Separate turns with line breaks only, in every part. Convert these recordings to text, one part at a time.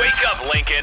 Wake up, Lincoln.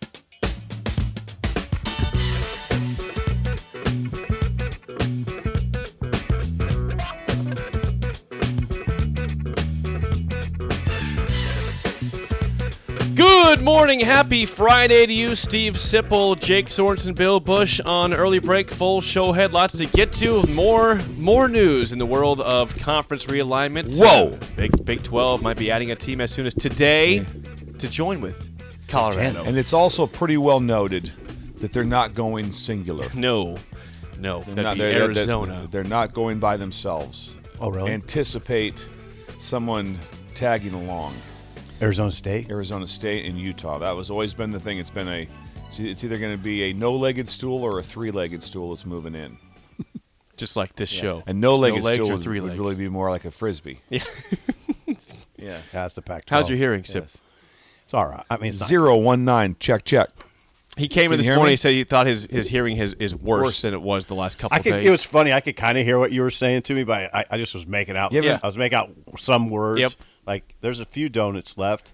Good morning, happy Friday to you, Steve Sipple, Jake Sorensen, Bill Bush on early break, full show head, lots to get to, more more news in the world of conference realignment.
Whoa.
Big Big Twelve might be adding a team as soon as today to join with Colorado.
And it's also pretty well noted that they're not going singular.
no, no, that'd
Not-
be
they're- they're-
Arizona.
They're, not going by themselves.
Oh, really?
Anticipate someone tagging along.
Arizona State.
Arizona State and Utah. That was always been the thing. It's been a. it's- It's either going to be a no-legged stool or a three-legged stool that's moving in.
just like this show.
And
There's
no-legged
legs
stool
or three
would
legs.
really be more like a frisbee. Yeah. yes.
Yeah, that's the Pac-12.
How's your hearing, Sip?
Yes.
It's all right. I mean, it's not,
Zero one nine. Check check.
He
Can
came in
you
this
hear
morning.
me?
He said he thought his, his hearing his is worse,
Worse.
than it was the last couple
I could.
days.
It was funny. I could kind of hear what you were saying to me, but I, I just was making out.
Yeah,
yeah.
I was making out some words.
Yep.
Like there's a few donuts left.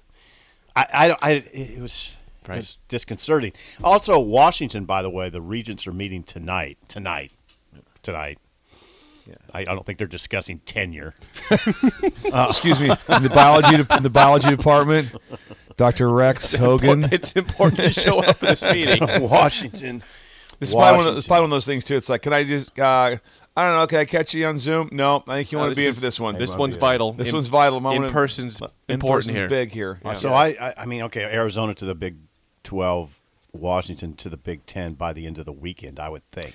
I. I. don't- I it was. It was disconcerting. Also, Washington. By the way, the regents are meeting tonight. Tonight. Tonight. I, I don't think they're discussing tenure.
Excuse me. In the biology de- in the biology department, Dr. Rex Hogan.
It's important to show up at this meeting.
Washington.
This is probably one, of, it's probably one of those things too. It's like, can I just? Uh, I don't know. Can I catch you on Zoom? No, I think you want to be in for this one.
This one's vital.
This
In-
one's vital. I
In
wanna-
person's
in
important
person's
here.
Big here. Yeah.
So I, I, I mean, okay, Arizona to the Big Twelve, Washington to the Big Ten by the end of the weekend, I would think.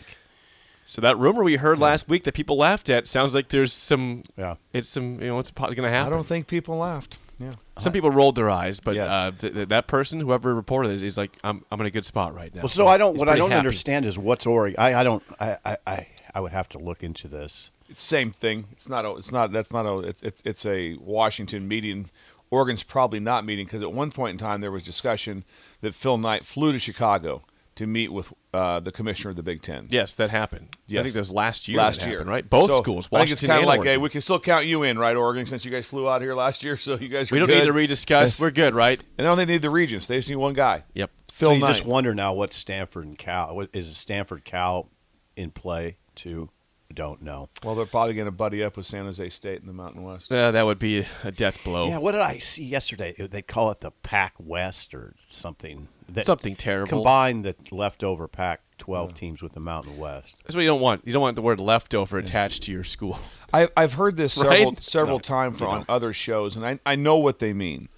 So that rumor we heard last week that people laughed at sounds like there's some.
Yeah.
It's some. You know, it's probably going to
I
happen.
don't think people laughed. Yeah.
some people rolled their eyes, but
Yes.
uh, th- th- that person, whoever reported this, is like, I'm, I'm in a good spot right now.
Well, so I don't.
He's
What I
pretty
don't
happy.
understand is what's Oregon. I, I don't. I, I, I, I would have to look into this.
It's same thing. It's not. A, it's not. That's not a. It's it's it's a Washington meeting. Oregon's probably not meeting because at one point in time there was discussion that Phil Knight flew to Chicago to meet with uh, the commissioner of the Big Ten.
Yes, that happened. I
Yes.
think that was last year.
last
that
year,
happened, right? Both
So,
schools,
I think it's
Washington
kind
and
of like,
Oregon.
hey, we can still count you in, right, Oregon, since you guys flew out here last year, so you guys are
We don't
good.
need to rediscuss.
Yes.
We're good, right?
And I don't think they need the regents. They just need one guy.
Yep.
Phil
so you
Knight.
just wonder now what Stanford and Cal what, is Stanford Cal in play too? Don't know.
well, they're probably going to buddy up with San Jose State in the Mountain West.
Uh, that would be a death blow.
Yeah, what did I see yesterday? They call it the Pac West or something. That
Something terrible.
Combine the leftover Pac twelve teams with the Mountain West.
That's what you don't want. You don't want the word leftover attached to your school.
I, I've heard this several
Right?
several times on other shows, and I, I know what they mean.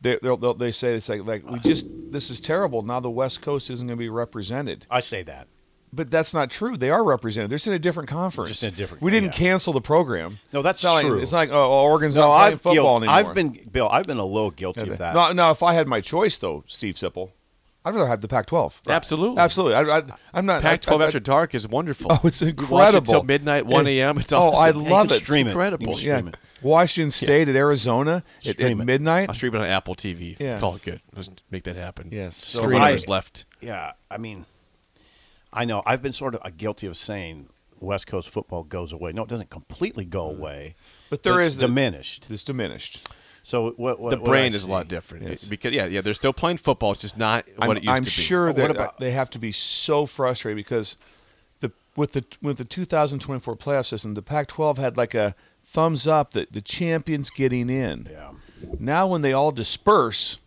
They they'll, they'll, they say it's like like we just this is terrible. Now the West Coast isn't going to be represented,
I say that.
but that's not true. They are represented. They're just in a different conference.
Just in a different-
we didn't
yeah.
cancel the program.
No, that's
It's not
true.
Like, it's not like oh, Oregon's
No,
not playing
I've,
football
guilt-
anymore.
I've been Bill. I've been a little guilty of that.
No, no. If I had my choice, though, Steve Sipple, I'd rather have the Pac-12.
Absolutely.
absolutely. I, I, I'm not
Pac-12
I- I-
after dark is wonderful.
Oh, it's
We watch it
incredible.
till midnight, 1 a.m. It's
Oh, I
awesome.
love
you
it.
can stream it.
Incredible.
You can stream
Yeah.
it.
Washington State at Arizona at, at
Stream it.
midnight.
I'll stream it on Apple TV.
Yes.
Call it good. Let's make that happen.
Yes. So
So Three
I-
hours left.
Yeah, I mean, I know I've been sort of uh, guilty of saying West Coast football goes away. No, it doesn't completely go
Mm.
away,
But there
it's
is the-
diminished.
It's diminished.
So what? what
The
what
brand
I
is a
see-
lot different
Yes.
because yeah, yeah, they're still playing football. It's just not what
I'm,
it used
I'm
to be.
sure
What
that uh,
about-
they have to be so frustrated because the with the with the 2024 playoff system, the Pac-12 had like a thumbs up that the champions getting in.
Yeah.
Now, when they all disperse,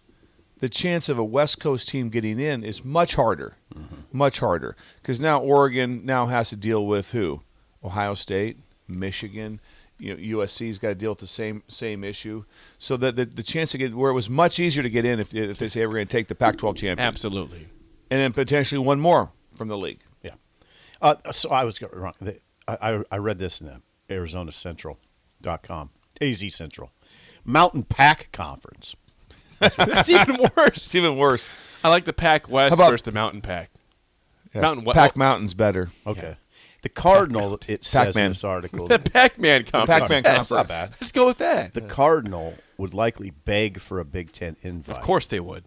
the chance of a West Coast team getting in is much harder,
Mm-hmm.
much harder. Because now Oregon now has to deal with who? Ohio State, Michigan. You know, USC's got to deal with the same same issue. So that the, the chance to get where it was much easier to get in if, if they say we're going to take the Pac-12 champion,
Absolutely.
and then potentially one more from the league.
Yeah. Uh, so I was got wrong. The- I, I I read this in the Arizona Central dot com, AZ Central, Mountain Pack Conference.
That's even worse.
It's even worse.
I like the Pack West
about-
versus the Mountain Pack.
Yeah.
Mountain oh, what-
Pac Mountain's better.
Okay. The Cardinal, it says
Pac-Man.
in this article,
The Pac-Man conference.
Pac-Man conference.
That's not bad. Let's go with that.
the Cardinal would likely beg for a Big Ten invite.
of course they would.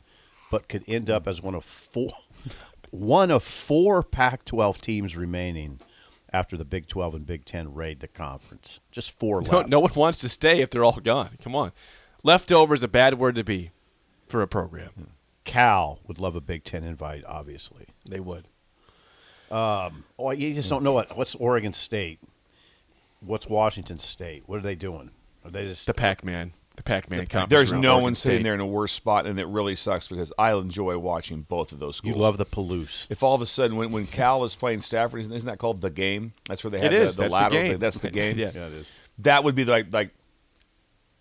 but could end up as one of four one of four Pac-12 teams remaining after the Big 12 and Big 10 raid the conference. Just four
No,
left.
no one wants to stay if they're all gone. Come on. Leftover is a bad word to be for a program.
Hmm.
Cal would love a Big 10 invite obviously.
They would.
Oh, you just don't know what what's Oregon State? What's Washington State? What are they doing? Are they just
The Pac-Man. The Pac-Man conference.
There's
around
no
Oregon
one sitting
State.
there in a worse spot, and it really sucks because I enjoy watching both of those
you
schools.
love the Palouse.
if all of a sudden when, when Cal is playing Stafford, isn't isn't that called the game? That's where they have
It is.
the, the
That's the
lateral
game.
thing. That's the game.
Yeah.
it is.
That would be like like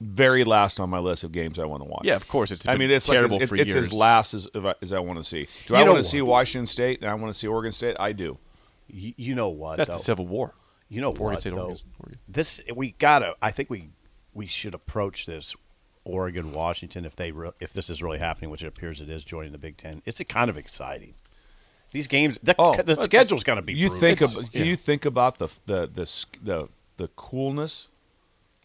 very last on my list of games I want to watch.
Yeah, of course. It's
I
been
mean, it's
terrible
like, it's-
for
it's
years.
as last as, as I want to see. Do
You
I
know
want
what?
to see Washington State and I want to see Oregon State? I do.
You, you know what?
That's
though?
the Civil War.
You know
Oregon
what?
State,
though?
Oregon State, Oregon.
This we gotta. I think we we should approach this Oregon Washington if they re, if this is really happening, which it appears it is joining the Big Ten. It's a kind of exciting. These games, the,
Oh,
the
that's-
schedule's gonna be.
You
brutal.
think
It's-
ab-
yeah.
you think about the the the s- the, the coolness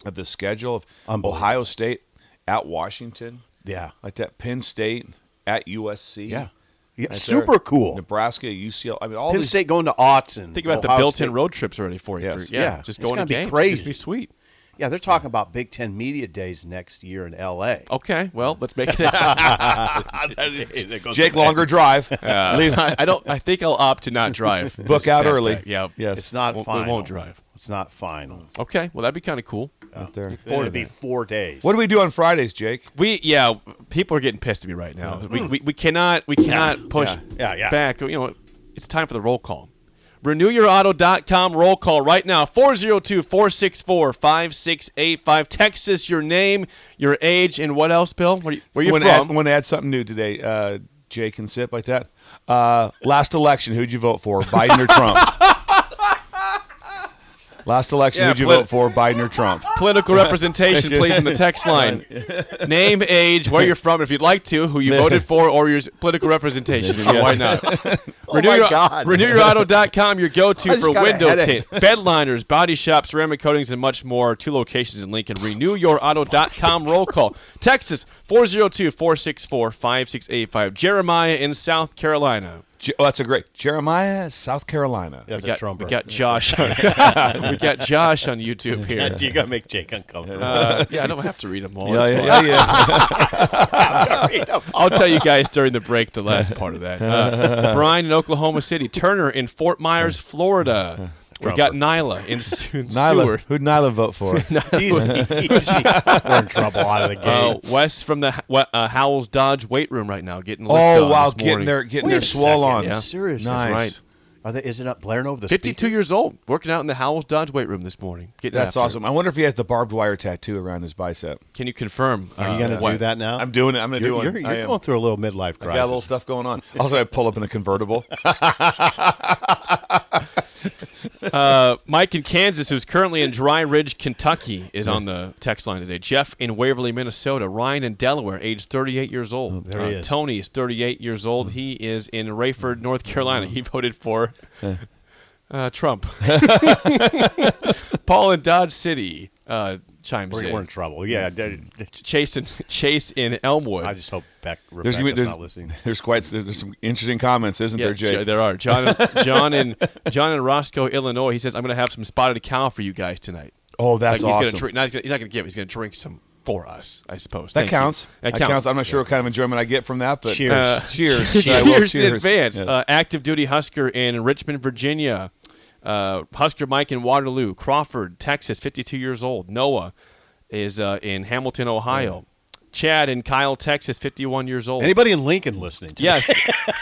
of the schedule of
Unbelievable.
Ohio State at Washington,
yeah,
like that Penn State at USC.
yeah, yeah
Right there.
super cool.
Nebraska, UCLA. I mean, all
Penn
these.
State going to Autzen.
Think about
Ohio
the built-in
State.
road trips already for you.
Yes.
Yeah,
Yeah. It's
just going
gonna
to
be
games.
crazy.
It's gonna be sweet.
Yeah, they're talking about Big Ten media days next year in L.A.
Okay, well, let's make it happen.
Jake Longer Drive.
Leave- I I don't. I think I'll opt to not drive.
Book
this-
out
that
early.
time. Yeah,
Yes.
It's not
Won't- we
final.
won't drive.
It's not final.
Okay, well, that'd be kind of cool.
Out there.
It'd be four days.
What do we do on Fridays, Jake?
We yeah, people are getting pissed at me right now. We, we, we cannot we cannot push
Yeah, yeah.
back. You know, it's time for the roll call. RenewYourAuto.com roll call right now 402-464-5685. Text us your name, your age, and what else, Bill? Where you, where you
want
from?
to add, something new today, uh, Jake and Sip, like that. Uh, last election, who'd you vote for, Biden or Trump? last election,
Yeah,
who'd you
polit-
vote for, Biden or Trump?
Political representation, please, in the text line. Name, age, where you're from, if you'd like to, who you voted for, or your s- political representation. and Why not? Renew
Oh my
your,
God.
RenewYourAuto.com, your
I
go-to
just
for
got a
window tint,
headache.
bed liners, body shops, ceramic coatings, and much more. Two locations in Lincoln. RenewYourAuto.com roll call. Texas, 402-464-5685. Jeremiah in South Carolina.
Je- oh, that's a great Jeremiah, South Carolina.
That's
We got,
a trumper.
we got Josh. on- we got Josh on YouTube here.
you gotta make Jake uncomfortable.
Uh, yeah, I don't have to read them all.
Yeah,
It's
yeah,
fine.
yeah, yeah.
Oh,
I'll tell you guys during the break the last part of that. Uh, Brian in Oklahoma City, Turner in Fort Myers, Florida. We got Nyla in, Su- in
Nyla,
Seward.
who'd Nyla vote for?
easy, easy. We're in trouble out of the gate.
Uh, West from the Ho- uh, Howells Dodge weight room right now, getting lift
oh
on
wow,
this
getting
morning.
their getting
Wait
their
a
swole on.
second.
Yeah.
Serious.
Nice.
That's right.
Are they, is it up blaring over the
52
speaker?
years old, working out in the Howells Dodge weight room this morning. Getting
That's
after it.
awesome. I wonder if he has the barbed wire tattoo around his bicep.
Can you confirm? uh,
Are you going to do that now?
I'm doing it. I'm going to do one.
You're, you're,
I
you're
am.
going through a little midlife
I got a little
crisis.
stuff going on. Also, I pull up in a convertible.
Uh, Mike in Kansas, who's currently in Dry Ridge, Kentucky, is on the text line today. Jeff in Waverly, Minnesota. Ryan in Delaware, age 38 years old.
Oh,
Uh,
there he is.
Tony is 38 years old. He is in Rayford, North Carolina. He voted for uh, Trump. Paul in Dodge City. Uh, chimes
We're,
in.
we're in trouble. Yeah, that- that-
Chase in Chase in Elmwood.
I just hope Beck
There's,
Rebecca's
gonna be- there's,
not listening.
there's quite there's, there's some interesting comments, isn't there,
Jo-
Jake?
there are John John and John and Roscoe, Illinois. He says I'm going to have some spotted cow for you guys tonight.
oh, that's
like he's
awesome.
Gonna drink, not, he's not going to give. He's going to drink some for us, I suppose.
that
Thank you.
counts.
That counts.
I'm not sure what kind of enjoyment I get from that, but
Cheers.
uh, cheers, I will
cheers in
cheers.
advance.
Yes.
Uh, active duty Husker in Richmond, Virginia. Uh, Husker Mike in Waterloo, Crawford, Texas, 52 years old. Noah is uh, in Hamilton, Ohio. Chad in Kyle, Texas, 51 years old.
Anybody in Lincoln listening? To
Yes,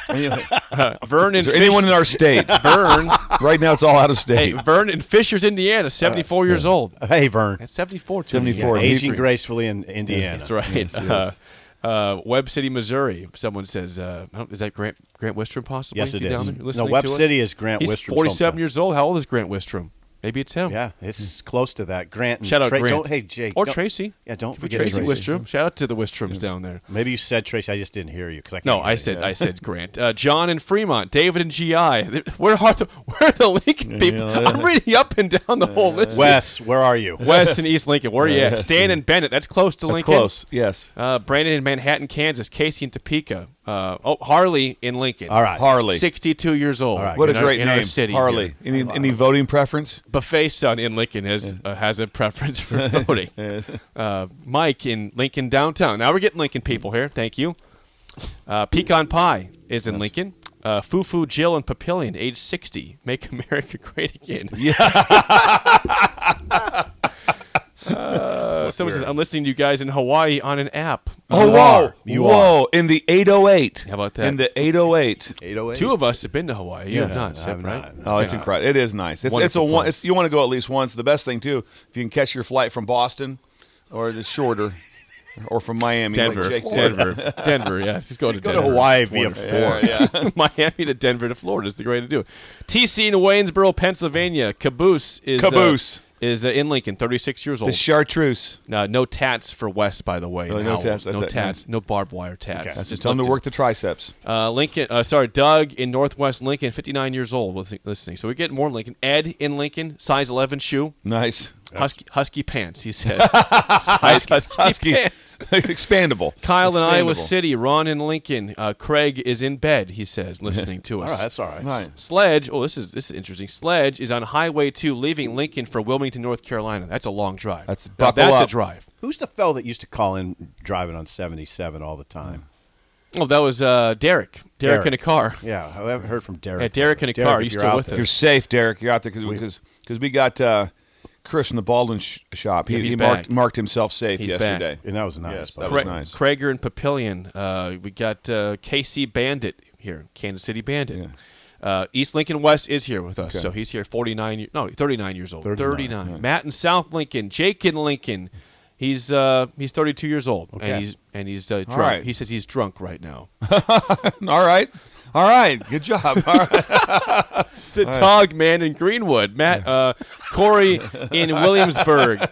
Anyway,
Vernon.
is there anyone in our state?
Vern?
right now, it's all out of
hey,
state.
Vern in Fishers, Indiana, 74 years old.
me? Hey, Vern.
That's 74. too.
74.
Yeah,
Aging
Adrian.
gracefully in Indiana.
That's right. uh, uh, Web City, Missouri. Someone says, uh, I don't- is that Grant Grant Wistrom possibly?
Yes,
Is
it
he down
is.
there
No,
listening
Web
to us?
City is Grant
He's
Wistrom's
47
hometown.
years old. How old is Grant Wistrom? Maybe it's him.
Yeah, it's close to that. Grant. And
Shout out
Tra-
Grant.
Don't, hey, Jake.
Or
don't-
Tracy.
Yeah, don't
Could be
forget
Tracy,
Tracy.
Wistrom. Shout out to the Wistroms down there.
Maybe you said Tracy. I just didn't hear you because I. Can't
No,
hear
I
you.
said I said Grant. Uh, John and Fremont, David and GI. Where are the where are the Lincoln people? I'm reading up and down the whole list.
Wes, where are you?
West and East Lincoln. Where are you at? Stan and Bennett. That's close to
That's
Lincoln.
close. Yes.
Uh, Brandon in Manhattan, Kansas. Casey in Topeka. Uh, oh, Harley in Lincoln.
All right.
Harley.
62 years old.
right.
What a
in our-
great
in
name,
Our city
Harley.
here.
Any any voting preference?
Buffet son in Lincoln has uh, has a preference for voting. uh, Mike in Lincoln downtown. Now we're getting Lincoln people here. Thank you. Uh, Pecan Pie is in Lincoln. Uh, Fufu Jill and Papillion, age 60. Make America great again. Yeah. uh, someone says, I'm listening to you guys in Hawaii on an app.
Oh, whoa.
You
whoa. In the 808.
How about that?
In the 808.
808.
Two of us have been to Hawaii. You have not, Sip,
have
right?
not.
Oh, it's incredible. It is nice. It's, it's a
Wonderful
one.
place.
It's, you want to go at least once. The best thing too, if you can catch your flight from Boston, or the shorter, or from Miami, like
Denver.
Jake did.
Denver. Denver, yes. Let's go to
Go to
Denver.
Hawaii via
Yeah,
four.
yeah.
Miami to Denver to Florida is the way to do it. TC in Waynesboro, Pennsylvania. Caboose is uh,
Caboose.
is uh, in Lincoln, 36 years
The
old.
chartreuse.
no, no tats for West, by the way.
Oh,
in
no
Howell.
tats. I
No
thought-
tats. No barbed wire tats.
That's just tell them to
Lincoln.
work the triceps.
Uh, Lincoln, uh, sorry, Doug in Northwest Lincoln, 59 years old, with- listening. So we get more Lincoln. Ed in Lincoln, size 11 shoe,
Nice.
husky, husky pants. He said, size husky,
Husky.
pants.
Expandable.
Kyle in Iowa
Expandable.
City, Ron in Lincoln, uh, Craig is in bed. He says, listening to us.
All right, that's all right.
Right.
Sledge, oh, this is this is interesting. Sledge is on Highway 2 leaving Lincoln for Wilmington, North Carolina. That's a long drive.
That's-
Now,
buckle
that's a
up.
drive.
Who's the fellow that used to call in driving on 77 all the time?
Oh, that was uh, Derek. Derek.
Derek.
in a car.
Yeah, I haven't heard from Derek.
Yeah, Derek in a car. You
if you're
still
out
with
there-
If you're safe, Derek, you're out there because because we got uh, Chris from the Baldwin sh- shop. He,
Yeah, he's
he marked,
back.
marked himself safe
He's back.
yesterday.
And that was nice.
Yes,
by the
that
way.
Cra-
was nice.
Krager and Papillion. Uh, we got uh, KC Bandit here, Kansas City Bandit. Uh, East Lincoln West is here with us, so he's here 49, ye- no, 39 years old. 39.
39,
Matt in South Lincoln, Jake in Lincoln. He's uh, he's 32 years old,
Okay.
and he's and he's uh, drunk.
right.
He says he's drunk right now.
All right. All right. Good job. All right.
the dog man in Greenwood, Matt uh, Corey in Williamsburg,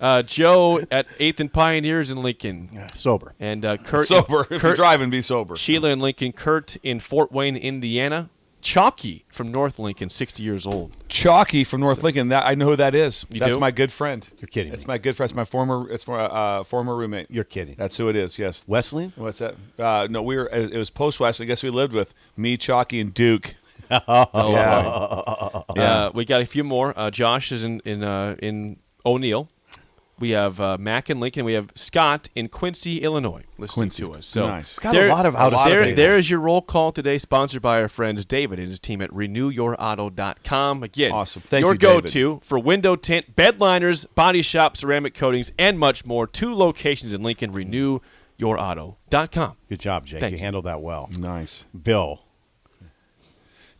uh, Joe at Eighth and Pioneers in Lincoln,
Sober.
and uh, Kurt
sober. If you're
Kurt,
driving, be sober.
Sheila in Lincoln, Kurt in Fort Wayne, Indiana, Chalky from North Lincoln, sixty years old.
Chalky from North Lincoln. That I know who that is.
You
That's
do?
my good friend. You're
kidding
It's
me.
my good friend. It's my former. It's for uh, former roommate.
You're kidding.
That's who it is. Yes.
Wesleyan?
What's that? Uh, no, we were. It was post West. I guess we lived with me, Chalky, and Duke.
Oh,
yeah.
oh,
Uh, we got a few more. Uh, Josh is in in uh, in O'Neill. We have uh, Mack in Lincoln. We have Scott in Quincy, Illinois, listening
Quincy.
to us. So
Nice.
Got a lot of out-of-state
there,
people.
there is your roll call today, sponsored by our friends David and his team at RenewYourAuto.com. Again,
Awesome. Thank
your
you, David.
go-to for window tint, bed liners, body shop, ceramic coatings, and much more. Two locations in Lincoln. RenewYourAuto.com.
Good job, Jake.
Thank
you
you.
handled that well.
Nice.
Bill.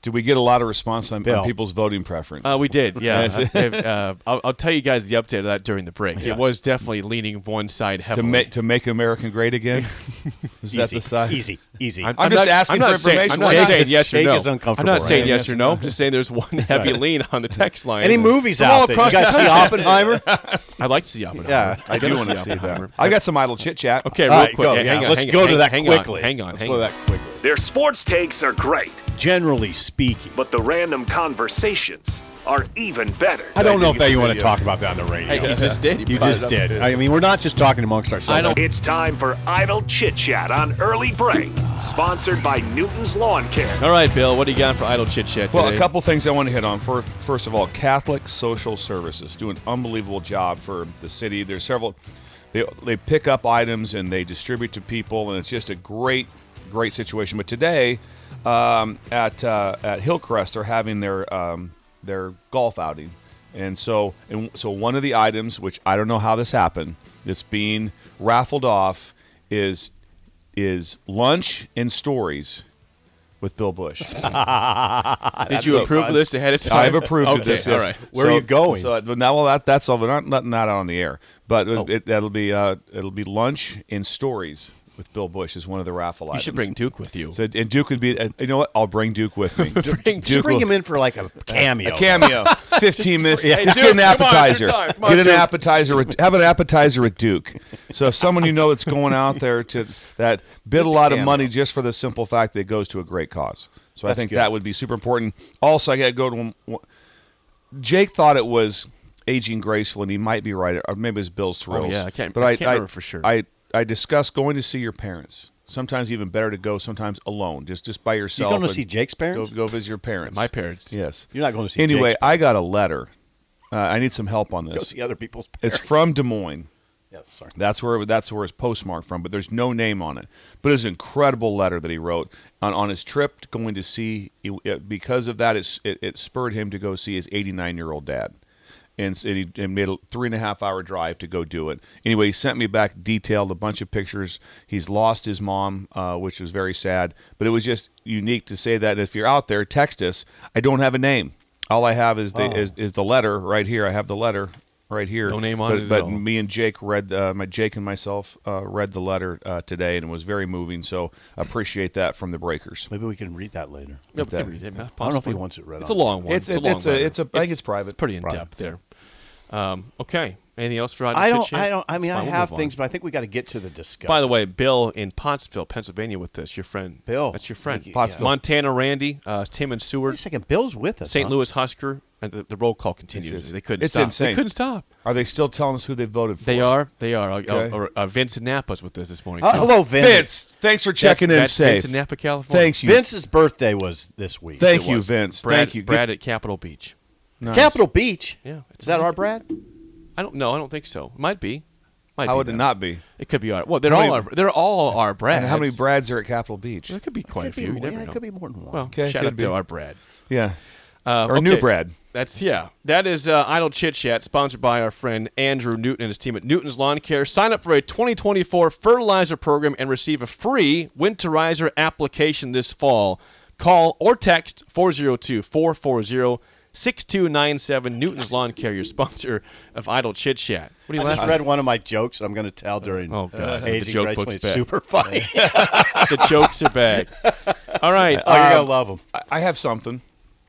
Did we get a lot of response on,
Bill.
on people's voting preference?
Uh, we did, yeah. uh, I'll, I'll tell you guys the update of that during the break. It was definitely leaning one side
to
heavily.
make to make America great again. Is that
easy,
the side?
easy. Easy.
I'm just asking for
saying,
information.
I'm not
We're not-
saying yes or
Jake
no.
is uncomfortable
I'm not saying
right
yes or no. I'm just saying there's one heavy lean on the text line.
Any movies
From all
out there? You
across the
guys see
country.
Oppenheimer?
I'd like to see Oppenheimer.
Yeah,
I'd
I do
like
want to see
Oppenheimer.
that. I got some idle chit chat.
Okay, real
All right,
quick.
go.
Yeah, hang
Yeah,
on,
Let's
hang
go
on,
to
hang-
that
hang on,
quickly.
hang on,
Let's
hang
go to
on.
that quickly.
Their sports takes are great,
Generally speaking,
but the random conversations are even better.
I don't know if
think it's
that you want to
video.
talk about that on the radio.
Hey, you just did.
You just did. I mean, we're not just talking amongst ourselves.
I don't-
It's time for Idle Chit Chat on Early Break, sponsored by Newton's Lawn Care.
All right, Bill, what do you got for idle chit chat today?
Well, a couple things I want to hit on. First, first of all, Catholic Social Services do an unbelievable job for the city. There's several. They they pick up items and they distribute to people, and it's just a great, great situation. But today, um, at uh, at Hillcrest, they're having their um, their golf outing, and so and so one of the items, which I don't know how this happened, that's being raffled off, is is lunch and stories with Bill Bush.
Did you approve of this ahead of time?
I've approved
okay,
of this.
All
yes.
right.
Where are you going?
So but now, well, that, that's all. We're not letting that on the air, but
Oh.
it, it, that'll be uh, it'll be lunch and stories with Bill Bush is one of the raffle
You
items.
should bring Duke with you.
So, and Duke would be. and you know what? I'll bring Duke with me.
Bring
Just bring
will-
him in for like a cameo.
A cameo. Fifteen minutes.
Hey,
Just
Duke,
get
come
an
on, it's your
appetizer.
time. Come on,
get an
Duke.
appetizer. With, have an appetizer with Duke. So if someone you know that's going out there to that bid a lot of
cameo.
money just for the simple fact that it goes to a great cause. So I
That's
think
good.
that would be super important. Also, I got to go to one, one- Jake thought it was aging graceful, and he might be right, or maybe it's Bill's thrills.
Oh, yeah, I can't-
But
I
I,
can't remember for sure.
I I discussed going to see your parents. Sometimes even better to go. Sometimes alone, just just by yourself.
going to
and
see Jake's parents?
Go, go visit your parents.
My parents.
Yes.
You're not going to see.
Anyway,
Jake's-
I got a letter. Uh, I need some help on
go
this.
see other people's.
It's
Parents.
from Des Moines.
yeah, sorry.
That's where that's where it's postmarked from, but there's no name on it. But it's an incredible letter that he wrote on, on his trip to going to see. It, because of that, it's, it, it spurred him to go see his 89 year old dad, and, s- and he and made a three and a half hour drive to go do it. Anyway, he sent me back detailed a bunch of pictures. He's lost his mom, uh, which was very sad, but it was just unique to say that. If you're out there, text us. I don't have a name. All I have is the is, is the letter right here. I have the letter right here.
Oh. No name on
but,
it at
but
all.
me and Jake read uh, my Jake and myself uh, read the letter uh, today and it was very moving. So appreciate that from the Breakers.
Maybe we can read that later.
Yep, give me- yeah,
I don't know if he
possibly.
wants it read
It's a
on.
long one.
It's-
a long
it's a-
letter.
it's a- I think it's private.
It's pretty in depth there. Um, okay. Anything else for idle
I don't.
chit-chat?
I don't. I mean,
It's
I
fine, we'll
have
move on.
things, but I think we got to get to the discussion.
By the way, Bill in Pottsville, Pennsylvania, with us. Your friend
Bill.
That's your friend.
Thank you,
Pottsville. yeah.
Montana Randy, uh, Tim and
wait a
Seward,
second, Bill's with us.
St.
huh?
Louis Husker, and the, the roll call continues.
It's-
They couldn't
it's
stop. They
insane.
couldn't stop.
Are they still telling us who they voted for?
They are. They are. Uh,
Okay.
uh, uh, Vince Napa's with us this morning.
Uh,
too.
hello, Vince.
Vince, thanks for
That's-
checking
that's
in safe.
Vince in Napa, California.
Thanks you.
Vince's birthday was this week.
Thank
It
you,
was.
Vince.
Brad,
Thank you. Good-
Brad at Capitol Beach.
Nice.
Capitol Beach.
Yeah, it's
is that
like-
our Brad?
I don't know. I don't think so. Might be. Might
How
be
would it
though.
not be?
It could be our. Well, they're
How
all.
many-
our, they're all our Brads.
And how many Brads are at Capitol Beach?
There could be quite
Could
a
be
few. you
more-
never
yeah, it
know.
could be more than one.
Well,
Okay,
shout
could
out to
be.
our Brad.
Yeah.
Uh,
Or new
okay.
Brad.
That's yeah. That is uh, Idle Chit Chat, sponsored by our friend Andrew Newton and his team at Newton's Lawn Care. Sign up for a 2024 fertilizer program and receive a free winterizer application this fall. Call or text 402-440-6297. Newton's Lawn Care, your sponsor of Idle Chit Chat. What are you
I just
laughing
read one of my jokes that I'm going to tell during
Oh, God.
uh,
The
Hazing
joke
Grace when
book's
it's
back.
super funny.
at? The jokes are back. All right.
oh, you're
um,
going to love them.
I- I have something.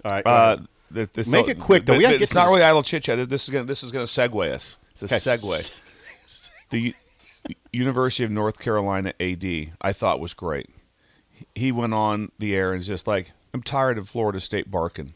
All right.
Uh, th- th-
Make it quick, though.
but-
We gotta
but
get
it's
to
not
this.
really idle chit chat. This is gonna this is gonna segue us. It's a
Okay.
segue. the U- University of North Carolina AD, I thought was great. He went on the air and is just like, I'm tired of Florida State barking.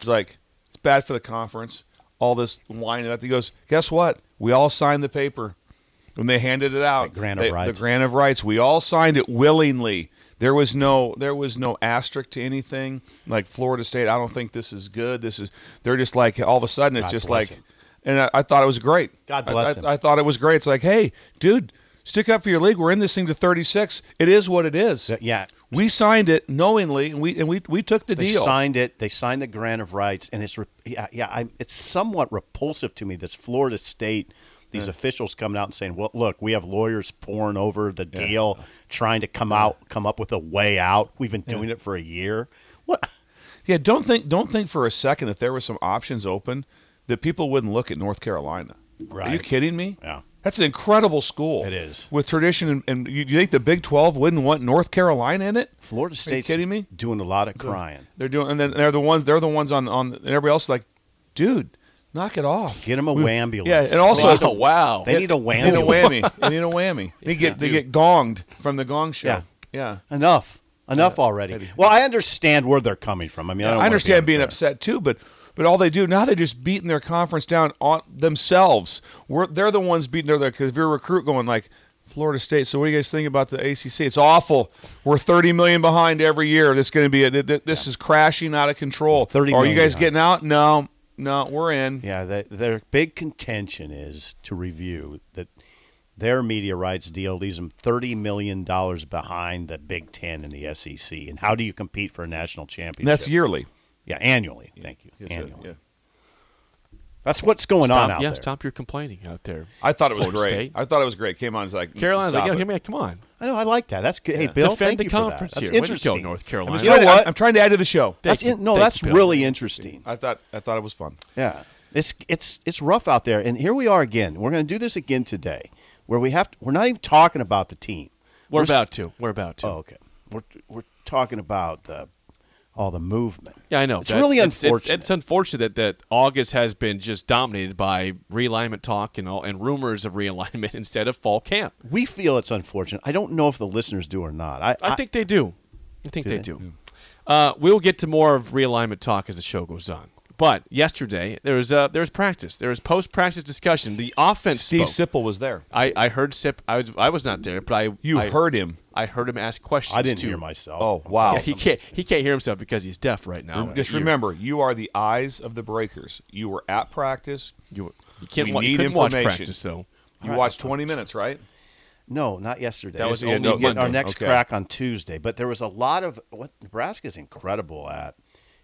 He's like, it's bad for the conference. All this whining. He goes, guess what? We all signed the paper when they handed it out.
The grant of
They-
rights.
The grant of rights. We all signed it willingly. There was no there was no asterisk to anything. Like Florida State, I don't think this is good. This is they're just like all of a sudden it's
God
just
bless
like,
him.
and I, I thought it was great.
God
I-
bless
I,
him.
I thought it was great. It's like, hey, dude, stick up for your league. We're in this thing to 36. It is what it is.
yeah.
We signed it knowingly, and we and we, we took the
They
deal.
signed it. They signed the grant of rights, and it's re- yeah, yeah. I, it's somewhat repulsive to me. This Florida State, these officials coming out and saying, "Well, look, we have lawyers pouring over the deal, trying to come out, come up with a way out. We've been doing it for a year. What?
Yeah, don't think don't think for a second that there were some options open that people wouldn't look at North Carolina. Are you
Right.
kidding me?
Yeah.
That's an incredible school.
It is.
With tradition and, and you, you think the Big 12 wouldn't want North Carolina in it?
Florida State's
kidding me?
Doing a lot of crying.
They're doing and then they're the ones they're the ones on on and everybody else is like, "Dude, knock it off."
Get them a
We-
wambulance.
Yeah, and also
oh, wow.
they need a
they need a
whammy.
whammy. They need a whammy. They get they get gonged from the gong show.
Yeah.
Yeah.
Enough. Enough already. Well, I understand where they're coming from. I mean, I, don't
I,
wanna be
understand being
unfair.
upset too, but but all they do now they're just beating their conference down on themselves. We're they're the ones beating their because if you're a recruit going like Florida State, so what do you guys think about the ACC? It's awful. We're 30 million behind every year. This going to be a, th- th- this is crashing out of control.
30
Are you
million
guys
behind.
getting out? No, no, we're in.
Yeah, they, their big contention is to review that their media rights deal leaves them thirty million dollars behind the Big Ten and the SEC. And how do you compete for a national
And
championship?
that's yearly.
yeah, annually. Thank you,
Yes, sir.
annually.
Yeah.
That's what's going
Stop,
on out
yeah,
there.
stop your complaining out there.
I thought it was
Florida
great.
State.
I thought it was great. Came on, it's like "Mm,
Carolina's
stop
like, yo,
it.
give me a, come on.
I know. I like that. That's good. Hey, Bill,
Defend
thank
the
you
conference
for that. That's
here. Way to
interesting.
go, North Carolina.
I'm
You know
trying-
what?
I'm trying to add to the show.
That's
Thank you.
in, no,
Thank you,
that's
Bill.
really interesting.
I thought I thought it was fun.
Yeah. It's it's it's rough out there and here we are again. We're going to do this again today where we have to, we're not even talking about the team.
We're,
We're
about to. We're about to.
Oh, okay. We're we're talking about the all the movement.
Yeah, I know.
It's
That-
really unfortunate.
It's, it's unfortunate that, that August has been just dominated by realignment talk and all, and rumors of realignment instead of fall camp.
we feel it's unfortunate. I don't know if the listeners do or not. I,
I,
I-
think they do. I think they,
they?
do. Uh, we'll get to more of realignment talk as the show goes on. But yesterday there was uh, there was practice. There was post practice discussion. The offense.
Steve
spoke.
Sipple was there.
I, I heard Sip. I was I was not there, but I
You
I-
heard him.
I heard him ask questions.
I didn't
too.
hear myself.
Oh wow!
Yeah, he can't he can't hear himself because he's deaf right now.
Just
You're-
remember, you are the eyes of the breakers. You were at practice.
you, were- you can't
We
wa- you
need
couldn't watch
information.
practice though.
You watched 20 minutes, right?
No, not yesterday.
That was
We'll
only
get Our
Monday.
next
Okay.
crack on Tuesday, but there was a lot of what Nebraska's incredible at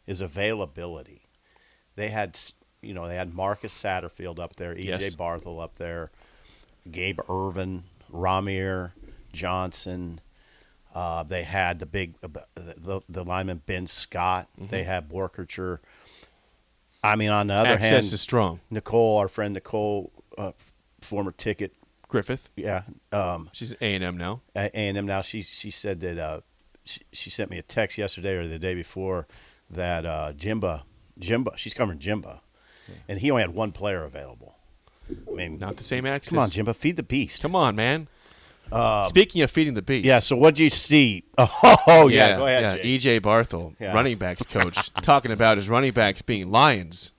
is availability. They had, s- you know, they had Marcus Satterfield up there, EJ
Yes.
Barthel up there, Gabe Irvin, Ramir Johnson. Uh, they had the big the, the lineman Ben Scott.
Mm-hmm.
They had Borkercher. I mean, on the other
Access
hand,
is strong.
Nicole, our friend Nicole, uh, former ticket,
Griffith,
yeah, um,
she's A and M now.
a and M now. She she said that uh, she, she sent me a text yesterday or the day before that uh, Jimba Jimba she's covering Jimba, and he only had one player available. I mean,
Not the same access.
come on, Jimba, feed the beast.
Come on, man.
Um,
Speaking of feeding the beast,
Yeah. So what do you see? Oh yeah,
yeah,
go ahead. Jake.
EJ Barthel,
Yeah.
running backs coach, talking about his running backs being lions.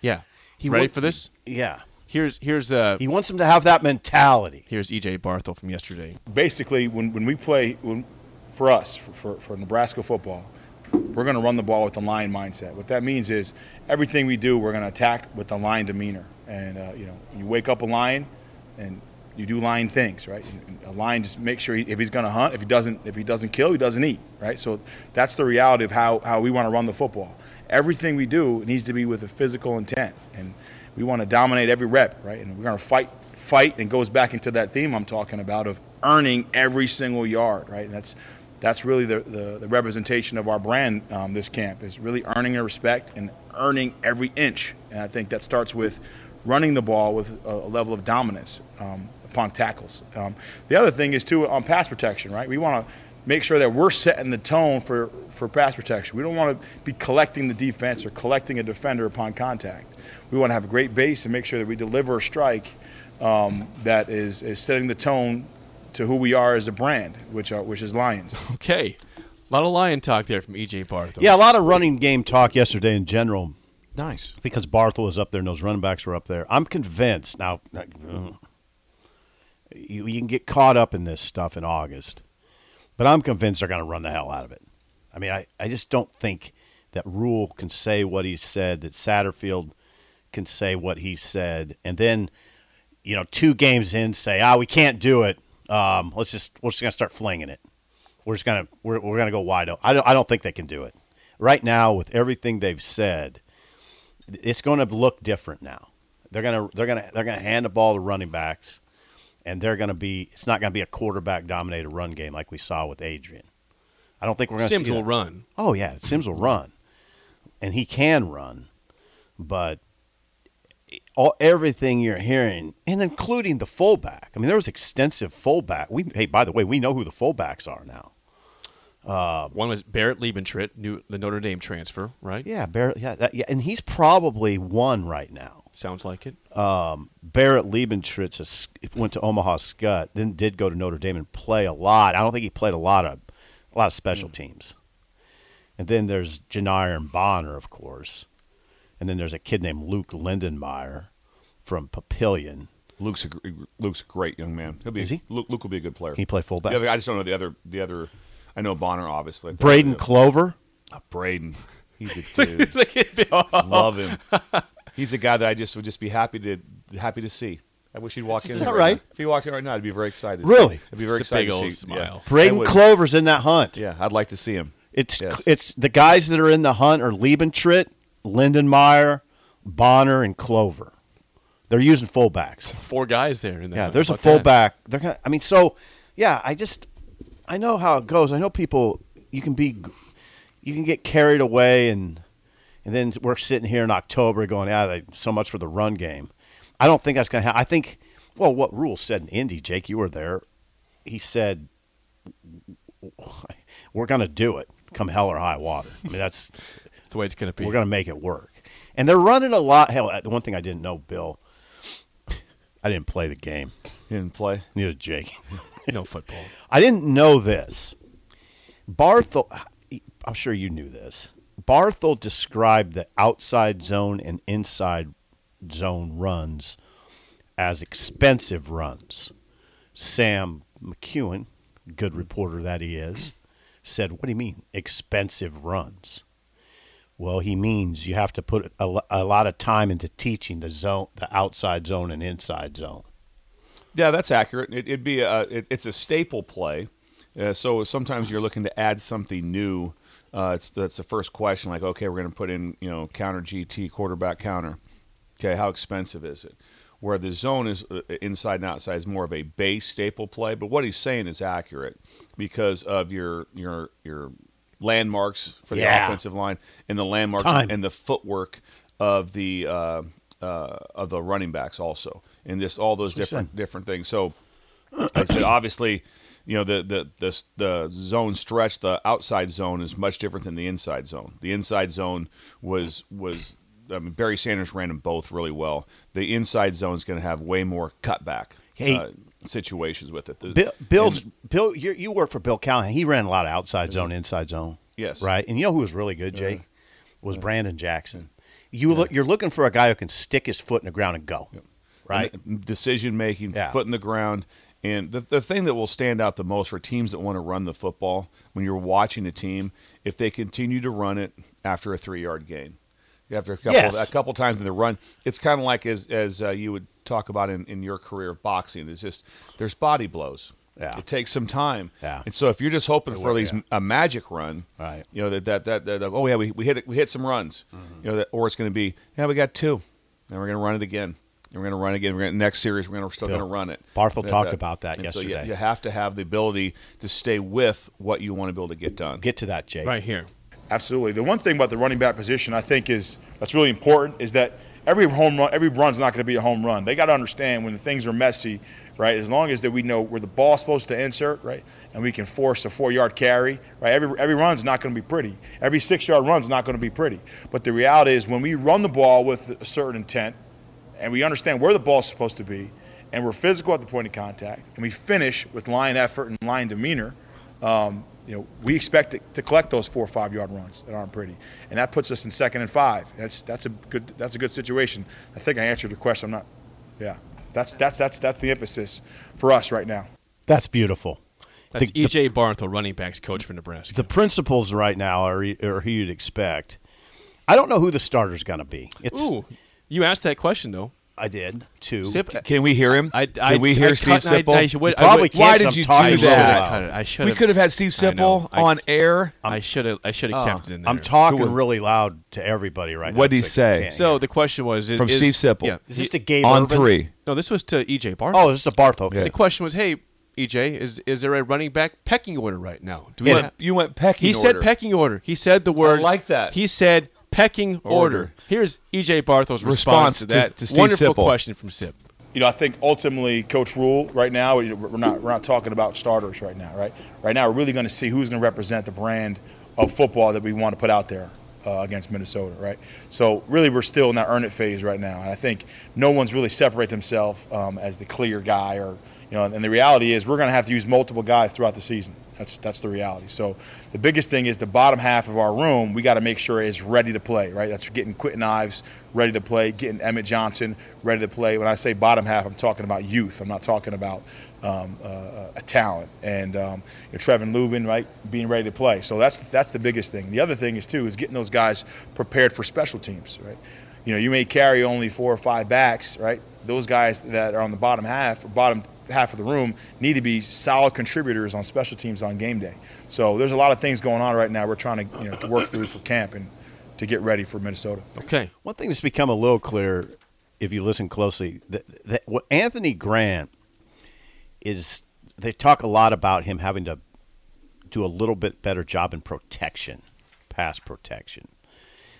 Yeah, he ready
won't-
for this?
yeah.
Here's here's uh
He wants him to have that mentality.
here's EJ Barthel from yesterday.
basically when, when we play when, for us for, for, for nebraska football we're going to run the ball with the line mindset what that means is everything we do we're going to attack with the line demeanor and uh, you know you wake up a line and you do line things right And a line just make sure he, if he's going to hunt if he doesn't if he doesn't kill he doesn't eat right so that's the reality of how, how we want to run the football everything we do needs to be with a physical intent and we want to dominate every rep right and we're going to fight fight and goes back into that theme I'm talking about of earning every single yard, right? And that's that's really the, the, the representation of our brand um, this camp is really earning their respect and earning every inch. And I think that starts with running the ball with a, a level of dominance um, upon tackles. Um, the other thing is too on pass protection, right? We want to make sure that we're setting the tone for, for pass protection. We don't want to be collecting the defense or collecting a defender upon contact. We want to have a great base and make sure that we deliver a strike um, that is, is setting the tone to who we are as a brand, which are, which is Lions.
Okay, a lot of lion talk there from EJ Barthel.
Yeah, a lot of running game talk yesterday in general
Nice.
because Barthel was up there and those running backs were up there. I'm convinced now. like, You, you can get caught up in this stuff in August, But I'm convinced they're going to run the hell out of it. I mean, I, I just don't think that Rule can say what he said, that Satterfield can say what he said, and then, you know, two games in say, ah, we can't do it. Um, let's just we're just going to start flinging it. We're just going to we're, we're going to go wide open. I don't I don't think they can do it right now with everything they've said. It's going to look different now. They're going to they're going to they're going to hand the ball to running backs, and they're going to be it's not going to be a quarterback dominated run game like we saw with Adrian. I don't think we're going to
Sims
see
will
that.
run.
Oh yeah, Sims will run, and he can run, but all everything you're hearing, and including the fullback. I mean, there was extensive fullback. We hey, by the way, we know who the fullbacks are now. Um,
One was Barrett Liebentritt, new the Notre Dame transfer, right?
yeah, Barrett. Yeah, that, yeah, and he's probably one right now.
Sounds like it.
Um, Barrett Liebentritz is- went to Omaha Scott, then did go to Notre Dame and play a lot. I don't think he played a lot of a lot of special
Hmm.
teams. And then there's Janier and Bonner, of course. And then there's a kid named Luke Lindenmeyer from Papillion.
Luke's a, gr- Luke's a great young man. He'll be
Is he?
Luke, Luke will be a good player.
Can he play fullback?
The other, I just don't know the other. The other, I know Bonner obviously.
Braden Clover.
Uh, Braden, he's a dude. Love him. He's a guy that I just would just be happy to happy to see. I wish he'd walk in.
Is
here
that
right?
right?
now. If he walked in right now, I'd be very excited.
Really?
I'd be very
It's a
excited.
big
to
old
see-
smile.
Yeah, I
Braden
would.
Clover's in that hunt.
Yeah, I'd like to see him.
It's
Yes.
it's the guys that are in the hunt are Liebentritt, Lindenmeyer, Bonner, and Clover. They're using fullbacks.
Four guys there. In that
Yeah,
hunt.
there's
How
a
about that?
fullback. They're gonna, I mean, so yeah, I just I know how it goes. I know people you can be you can get carried away and and then we're sitting here in October going, yeah, they, so much for the run game. I don't think that's gonna happen. I think well, what Rule said in Indy, Jake, you were there. He said we're gonna do it, come hell or high water. I mean, that's
That's the way it's going to be.
we're going to make it work. And they're running a lot. Hell, uh, the one thing I didn't know, Bill, I didn't play the game.
He didn't play.
Neither did Jake.
no football.
I didn't know this. Barthel, I'm sure you knew this. Barthel described the outside zone and inside zone runs as expensive runs. Sam McEwen, good reporter that he is, said, What do you mean, expensive runs? Well, he means you have to put a, lo- a lot of time into teaching the zone, the outside zone and inside zone.
Yeah, that's accurate. It, it'd be a, it, it's a staple play. Uh, so sometimes you're looking to add something new. Uh, it's that's the first question. Like, okay, we're going to put in you know counter GT quarterback counter. Okay, how expensive is it? Where the zone is uh, inside and outside is more of a base staple play. But what he's saying is accurate because of your your your landmarks for the
Yeah.
offensive line and the landmarks
Time.
and the footwork of the uh, uh, of the running backs also, and just all those
That's what I
different different things. So, like I said obviously, you know the the the the zone stretch, the outside zone is much different than the inside zone. The inside zone was was. I mean, Barry Sanders ran them both really well. The inside zone is going to have way more cutback
Hey.
uh, situations with it. The-
Bill, Bill's Bill. You you work for Bill Callahan. He ran a lot of outside zone, inside zone.
Yes.
right. And you know who was really good, Jake, was Brandon Jackson. You look, you're looking for a guy who can stick his foot in the ground and go. Right.
decision making,
Yeah.
foot in the ground. And the, the thing that will stand out the most for teams that want to run the football when you're watching a team, if they continue to run it after a three yard gain, after a couple
Yes.
a couple times in the run, it's kind of like as as uh, you would talk about in, in your career of boxing. It's just there's body blows.
Yeah.
It takes some time.
Yeah.
And so if you're just hoping for
work,
these
yeah.
a magic run,
Right.
You know that that that, that oh yeah we, we hit it, we hit some runs,
Mm-hmm.
you know that or it's going to be yeah we got two, and we're going to run it again, and we're going to run it again. We're gonna, next series we're going to still
Bill,
going to run it.
Barthel
That-
talked about that
and so you-
yesterday.
you have to have the ability to stay with what you want to be able to get done.
Get to that, Jake.
Right here.
Absolutely. The one thing about the running back position I think is that's really important is that every home run, every run's not going to be a home run. They got to understand when things are messy, right? As long as that we know where the ball's supposed to insert, right, and we can force a four-yard carry, right? Every every run's not going to be pretty. Every six-yard run's not going to be pretty. But the reality is when we run the ball with a certain intent, and we understand where the ball's supposed to be, and we're physical at the point of contact, and we finish with line effort and line demeanor, um, you know, we expect to, to collect those four or five yard runs that aren't pretty, and that puts us in second and five. That's that's a good that's a good situation. I think I answered the question. I'm not, yeah. That's that's that's that's the emphasis for us right now.
That's beautiful.
That's EJ Barnthal, running backs coach for Nebraska.
The principals right now are, are who you'd expect. I don't know who the starter's going to be. It's,
Ooh, you asked that question though.
I did too.
Sip-
Can we hear him?
I, I,
Can we
I
hear
cut-
Steve
I-
Sipple?
I should-
You
I
probably
would-
can't
Why did you
sometimes.
do that?
I cut it. I should.
We could have had Steve
I know.
Sipple
I-
on air. Oh,
I should have. I should have kept it in there.
I'm talking
Who-
really loud to everybody right now.
What'd he
so you
say?
can't
So
hear.
the question was is,
From
is-
Steve Sipple.
Yeah,
is this to Gabe
on
Urban?
three.
no, this was to EJ Barnthal.
Oh, this is a Barth. Okay.
the question was, hey, EJ, is is there a running back pecking order right now? Do
You
have-
went, you went pecking.
He said
order.
pecking order. He said the word.
like that.
He said pecking order.
Order.
Here's EJ
Response
Barthel's response, to
to-
that
to Steve
wonderful
Sipple.
question from Sip.
you know, I think ultimately, Coach Rule, right now, you know, we're not, we're not talking about starters right now, right? Right now, we're really going to see who's going to represent the brand of football that we want to put out there uh, against Minnesota, right? So, really, we're still in that earn it phase right now. And I think no one's really separated themselves um, as the clear guy or, you know, and the reality is we're going to have to use multiple guys throughout the season. That's, that's the reality. So the biggest thing is the bottom half of our room, we got to make sure is ready to play, right? That's getting Quentin Ives ready to play, getting Emmett Johnson ready to play. When I say bottom half, I'm talking about youth. I'm not talking about um, uh, uh, a talent. And um, you know, Trevin Lubin, right, being ready to play. So that's, that's the biggest thing. The other thing is, too, is getting those guys prepared for special teams, right? You know, you may carry only four or five backs, right? Those guys that are on the bottom half, or bottom half of the room, need to be solid contributors on special teams on game day. So there's a lot of things going on right now. We're trying to you know work through for camp and to get ready for Minnesota.
Okay.
One thing that's become a little clear, if you listen closely, that, that what Anthony Grant is. They talk a lot about him having to do a little bit better job in protection, pass protection.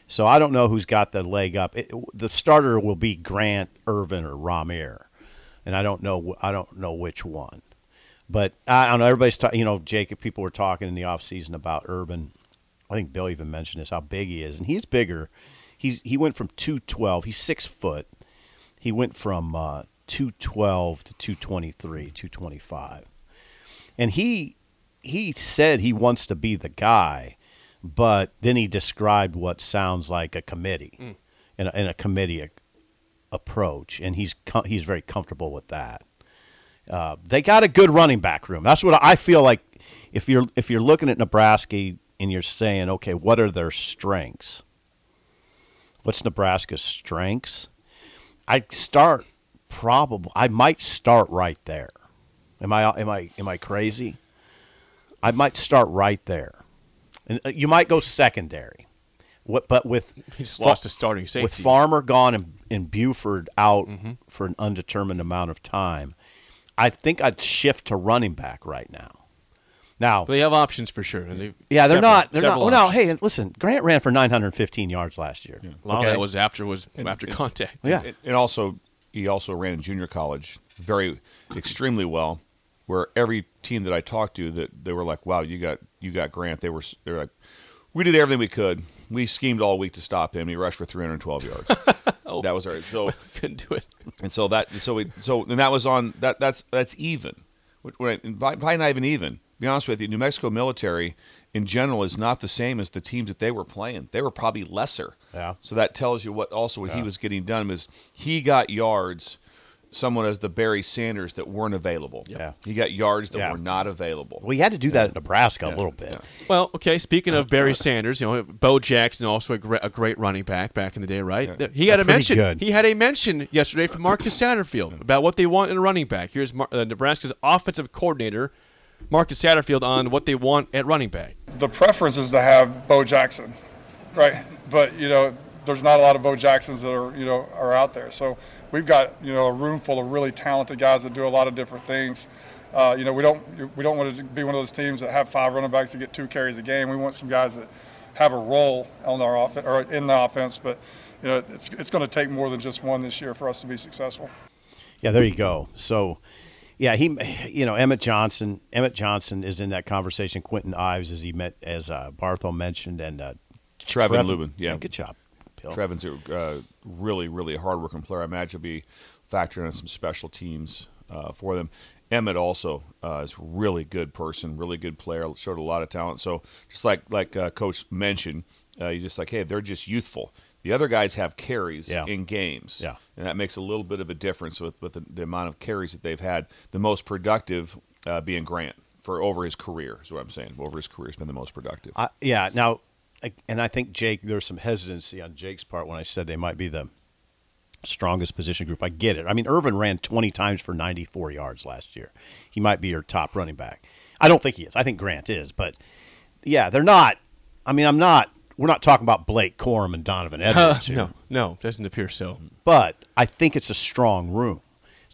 So I don't know who's got the leg up. It, the starter will be Grant, Irvin, or Ramir, and I don't know. wh- I don't know which one. But I don't know. Everybody's talking. You know, Jake. People were talking in the offseason about Urban. I think Bill even mentioned this. How big he is, and he's bigger. He's he went from two twelve. He's six foot. He went from uh, two twelve to two twenty three, two twenty five, and he he said he wants to be the guy, but then he described what sounds like a committee and, a, and a committee a- approach, and he's com- he's very comfortable with that. Uh, they got a good running back room. That's what I feel like. If you're if you're looking at Nebraska and you're saying, okay, what are their strengths? What's Nebraska's strengths? I start probably. I might start right there. Am I am I am I crazy? I might start right there, and uh, you might go secondary. What, but with
He just lost a starting safety. Mm-hmm.
with Farmer gone and, and Buford out for an undetermined amount of time, I think I'd shift to running back right now. Now,
But they have options for sure. and they-
yeah, they're
several-
not. They're not.
several
Well, no,
options.
hey, listen, Grant ran for 915 yards last year.
A lot
Okay?
of that was after was after contact.
yeah.
And, and also, he also ran in junior college very extremely well. Where every team that I talked to, that they were like, "Wow, you got you got Grant." They were s- they were like, "We did everything we could. We schemed all week to stop him. He rushed for 312 yards. That was our so."
Couldn't do it.
And so that so we so and that was on that that's that's even, Wh- right? and Probably probably not even even. To be honest with you, New Mexico military in general is not the same as the teams that they were playing. They were probably lesser.
Yeah.
So that tells you what also what he was getting done was he got yards. Someone as the Barry Sanders that weren't available.
Yeah.
He got yards that
Yeah.
were not available.
We had to do that at Nebraska a little bit.
Well, okay. Speaking of Barry Sanders, you know Bo Jackson also a great, a great running back back in the day, right? He had a
Pretty
mention.
good.
He had a mention yesterday from Marcus Satterfield about what they want in a running back. Here's Mar- uh, Nebraska's offensive coordinator, Marcus Satterfield, on what they want at running back.
the preference is to have Bo Jackson, right? But you know, there's not a lot of Bo Jacksons that are you know are out there. So we've got you know a room full of really talented guys that do a lot of different things. Uh, you know, we don't we don't want to be one of those teams that have five running backs that get two carries a game. We want some guys that have a role on our offense or in the offense. But you know, it's it's going to take more than just one this year for us to be successful.
Yeah, there you go. So, yeah, he, you know, Emmett Johnson. Emmett Johnson is in that conversation. Quentin Ives, as he met, as uh, Barthel mentioned, and uh,
Trevin Lubin, yeah.
good job, Bill.
Trevin's a uh, really, really hardworking player. I imagine will be factoring in some special teams uh, for them. Emmett also uh, is a really good person, really good player. Showed a lot of talent. So just like like uh, Coach mentioned, uh, he's just like, hey, they're just youthful. The other guys have carries
Yeah.
in games,
Yeah.
and that makes a little bit of a difference with with the, the amount of carries that they've had. The most productive uh, being Grant. for over his career is what I'm saying. Over his career, he's been the most productive.
I, yeah. Now, I- and I think Jake, there's some hesitancy on Jake's part when I said they might be the strongest position group. I get it. I mean, Irvin ran 20 times for 94 yards last year. He might be your top running back. I don't think he is. I think Grant is, but yeah, they're not. I mean, I'm not. We're not talking about Blake Corum and Donovan Edwards. here.
no, no, doesn't appear so.
But I think it's a strong room,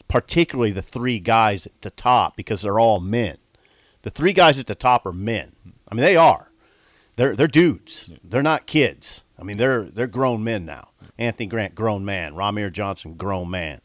particularly the three guys at the top because they're all men. The three guys at the top are men. I mean, they are. They're they're dudes. They're not kids. I mean, they're they're grown men now. Anthony Grant, grown man. Ramir Johnson, grown man.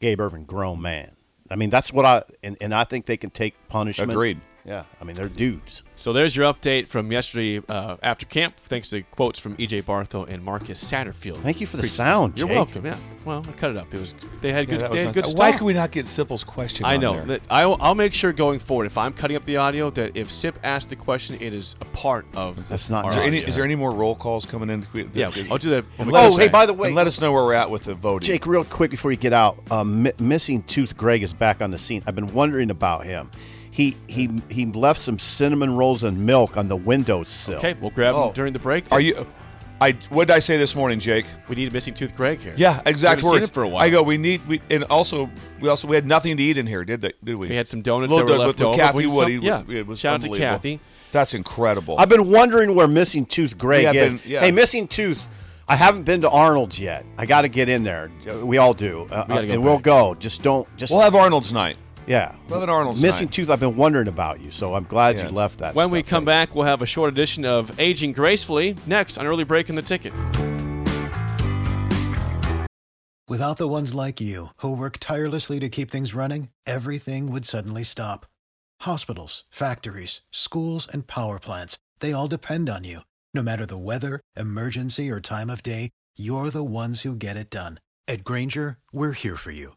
Gabe Irvin, grown man. I mean, that's what I and, and I think they can take punishment.
Agreed.
Yeah, I mean, they're dudes.
So there's your update from yesterday uh, after camp, thanks to quotes from EJ Barthel and Marcus Satterfield.
Thank you for the sound,
You're
Jake.
welcome. Yeah. Well, I cut it up. It was they had good.
that
they
was
had
nice.
good
Uh,
stuff.
Why can we not get Sipple's question?
I
on
know.
there?
That- I'll, I'll make sure going forward if I'm cutting up the audio that if Sip asked the question, it is a part of.
That's not
our
Is there, any,
audio.
is there any more roll calls coming in?
Oh, Yeah, Oh, I'll do that
And
when we
let
get
us-
to that.
and let us know where we're at with the voting.
Jake, real quick before you get out, uh, mi- missing tooth Greg is back on the scene. I've been wondering about him. He he he left some cinnamon rolls and milk on the windowsill.
Okay, we'll grab
Oh.
him during the break.
Are you? I what did I say this morning, Jake?
We need a missing tooth Greg here.
Yeah, exact
We haven't seen
words.
it for a while.
I go. We need. We and also we also we had nothing to eat in here, did they? Did we?
We had some donuts
Little
that
Doug
were left
with,
over.
With Kathy
We- some-
Woody.
yeah.
it was
Shout out to
unbelievable.
Kathy.
That's incredible.
I've been wondering where missing tooth Greg
Yeah, I've been-
is.
yeah.
Hey, missing tooth. I haven't been to Arnold's yet. I got to get in there. Uh, We all do, uh,
We gotta go
and we'll
back.
go. Just don't. Just
we'll have Arnold's night.
yeah.
We'll have an Arnold's
missing
night.
tooth. I've been wondering about you, so I'm glad
Yes.
you left that.
When we come back, we'll have a short edition of Aging Gracefully next on Early Break in the Ticket.
Without the ones like you, who work tirelessly to keep things running, everything would suddenly stop. Hospitals, factories, schools, and power plants, they all depend on you. No matter the weather, emergency, or time of day, you're the ones who get it done. At Granger, we're here for you